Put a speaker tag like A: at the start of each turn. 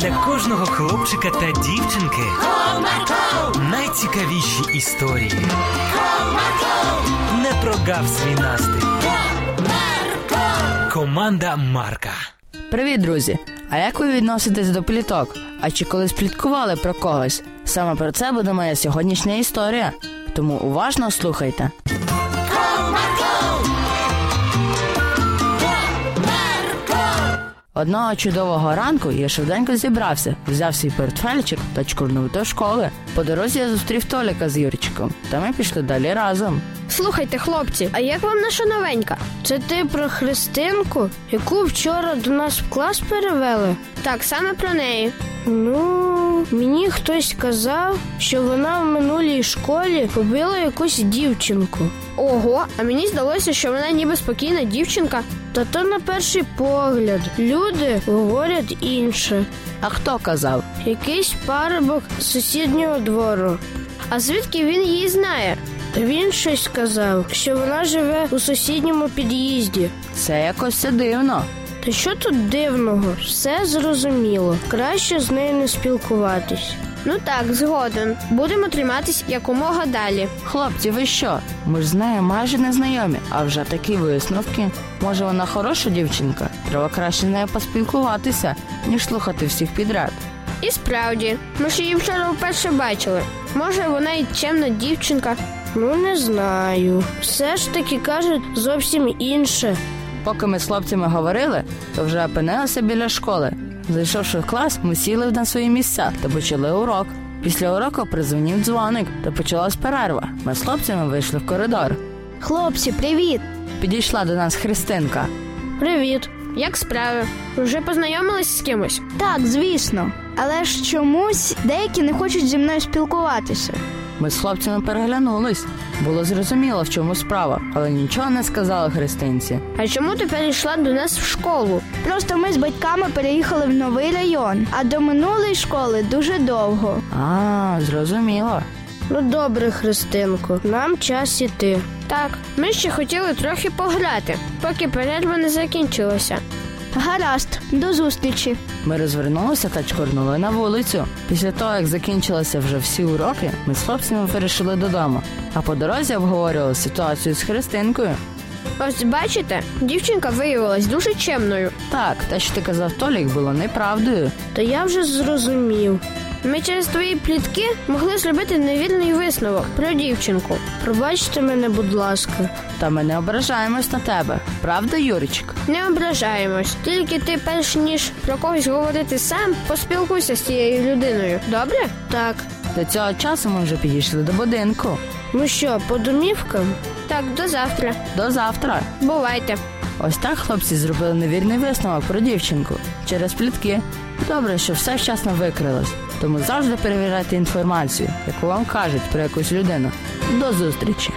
A: для кожного хлопчика та дівчинки
B: Marco,
A: найцікавіші історії.
B: Marco,
A: Не прогав свій настрій. Команда Марка.
C: Привіт, друзі! А як ви відноситесь до пліток? А чи колись пліткували про когось? Саме про це буде моя сьогоднішня історія. Тому уважно слухайте. Одного чудового ранку я швиденько зібрався, взяв свій портфельчик та чкурнув до школи. По дорозі я зустрів Толіка з Юрчиком, та ми пішли далі разом.
D: Слухайте, хлопці, а як вам наша новенька? Це ти про Христинку, яку вчора до нас в клас перевели? Так, саме про неї. Ну, мені хтось казав, що вона в минулій школі побила якусь дівчинку. Ого, а мені здалося, що вона ніби спокійна дівчинка. Та то на перший погляд люди говорять інше.
C: А хто казав?
D: Якийсь парубок з сусіднього двору. А звідки він її знає? Та він щось сказав, що вона живе у сусідньому під'їзді.
C: Це якось це дивно.
D: Та що тут дивного? Все зрозуміло. Краще з нею не спілкуватись. Ну так, згоден. Будемо триматись якомога далі.
C: Хлопці, ви що? Ми ж з нею майже не знайомі, а вже такі висновки. Може, вона хороша дівчинка? Треба краще з нею поспілкуватися, ніж слухати всіх підряд.
D: І справді, ми ж її вчора вперше бачили. Може, вона і чемна дівчинка. Ну не знаю. Все ж таки кажуть зовсім інше.
C: Поки ми з хлопцями говорили, то вже опинилися біля школи. Зайшовши в клас, ми сіли на свої місця та почали урок. Після уроку призвонів дзвоник та почалась перерва. Ми з хлопцями вийшли в коридор.
D: Хлопці, привіт!
C: Підійшла до нас Христинка.
D: Привіт, як справи? Вже познайомились з кимось?
E: Так, звісно. Але ж чомусь деякі не хочуть зі мною спілкуватися.
C: Ми з хлопцями переглянулись. Було зрозуміло, в чому справа, але нічого не сказали Христинці.
D: А чому ти перейшла до нас в школу?
E: Просто ми з батьками переїхали в новий район, а до минулої школи дуже довго.
C: А, зрозуміло.
D: Ну добре, Христинко, нам час іти. Так, ми ще хотіли трохи пограти, поки перерва не закінчилася.
E: Гаразд, до зустрічі.
C: Ми розвернулися та чкорнули на вулицю. Після того, як закінчилися вже всі уроки, ми з хлопцями вирішили додому. А по дорозі обговорювали ситуацію з Христинкою.
D: Ось бачите, дівчинка виявилась дуже чемною.
C: Так, те, що ти казав Толік, було неправдою.
D: Та я вже зрозумів. Ми через твої плітки могли зробити невірний висновок про дівчинку. Пробачте мене, будь ласка.
C: Та ми не ображаємось на тебе. Правда, Юрчик?
D: Не ображаємось. Тільки ти, перш ніж про когось говорити сам, поспілкуйся з цією людиною. Добре? Так.
C: До цього часу ми вже підійшли до будинку.
D: Ну що, по домівкам? Так, до завтра.
C: До завтра.
D: Бувайте.
C: Ось так хлопці зробили невірний висновок про дівчинку через плітки. Добре, що все вчасно викрилось. Тому завжди перевіряйте інформацію, яку вам кажуть про якусь людину. До зустрічі!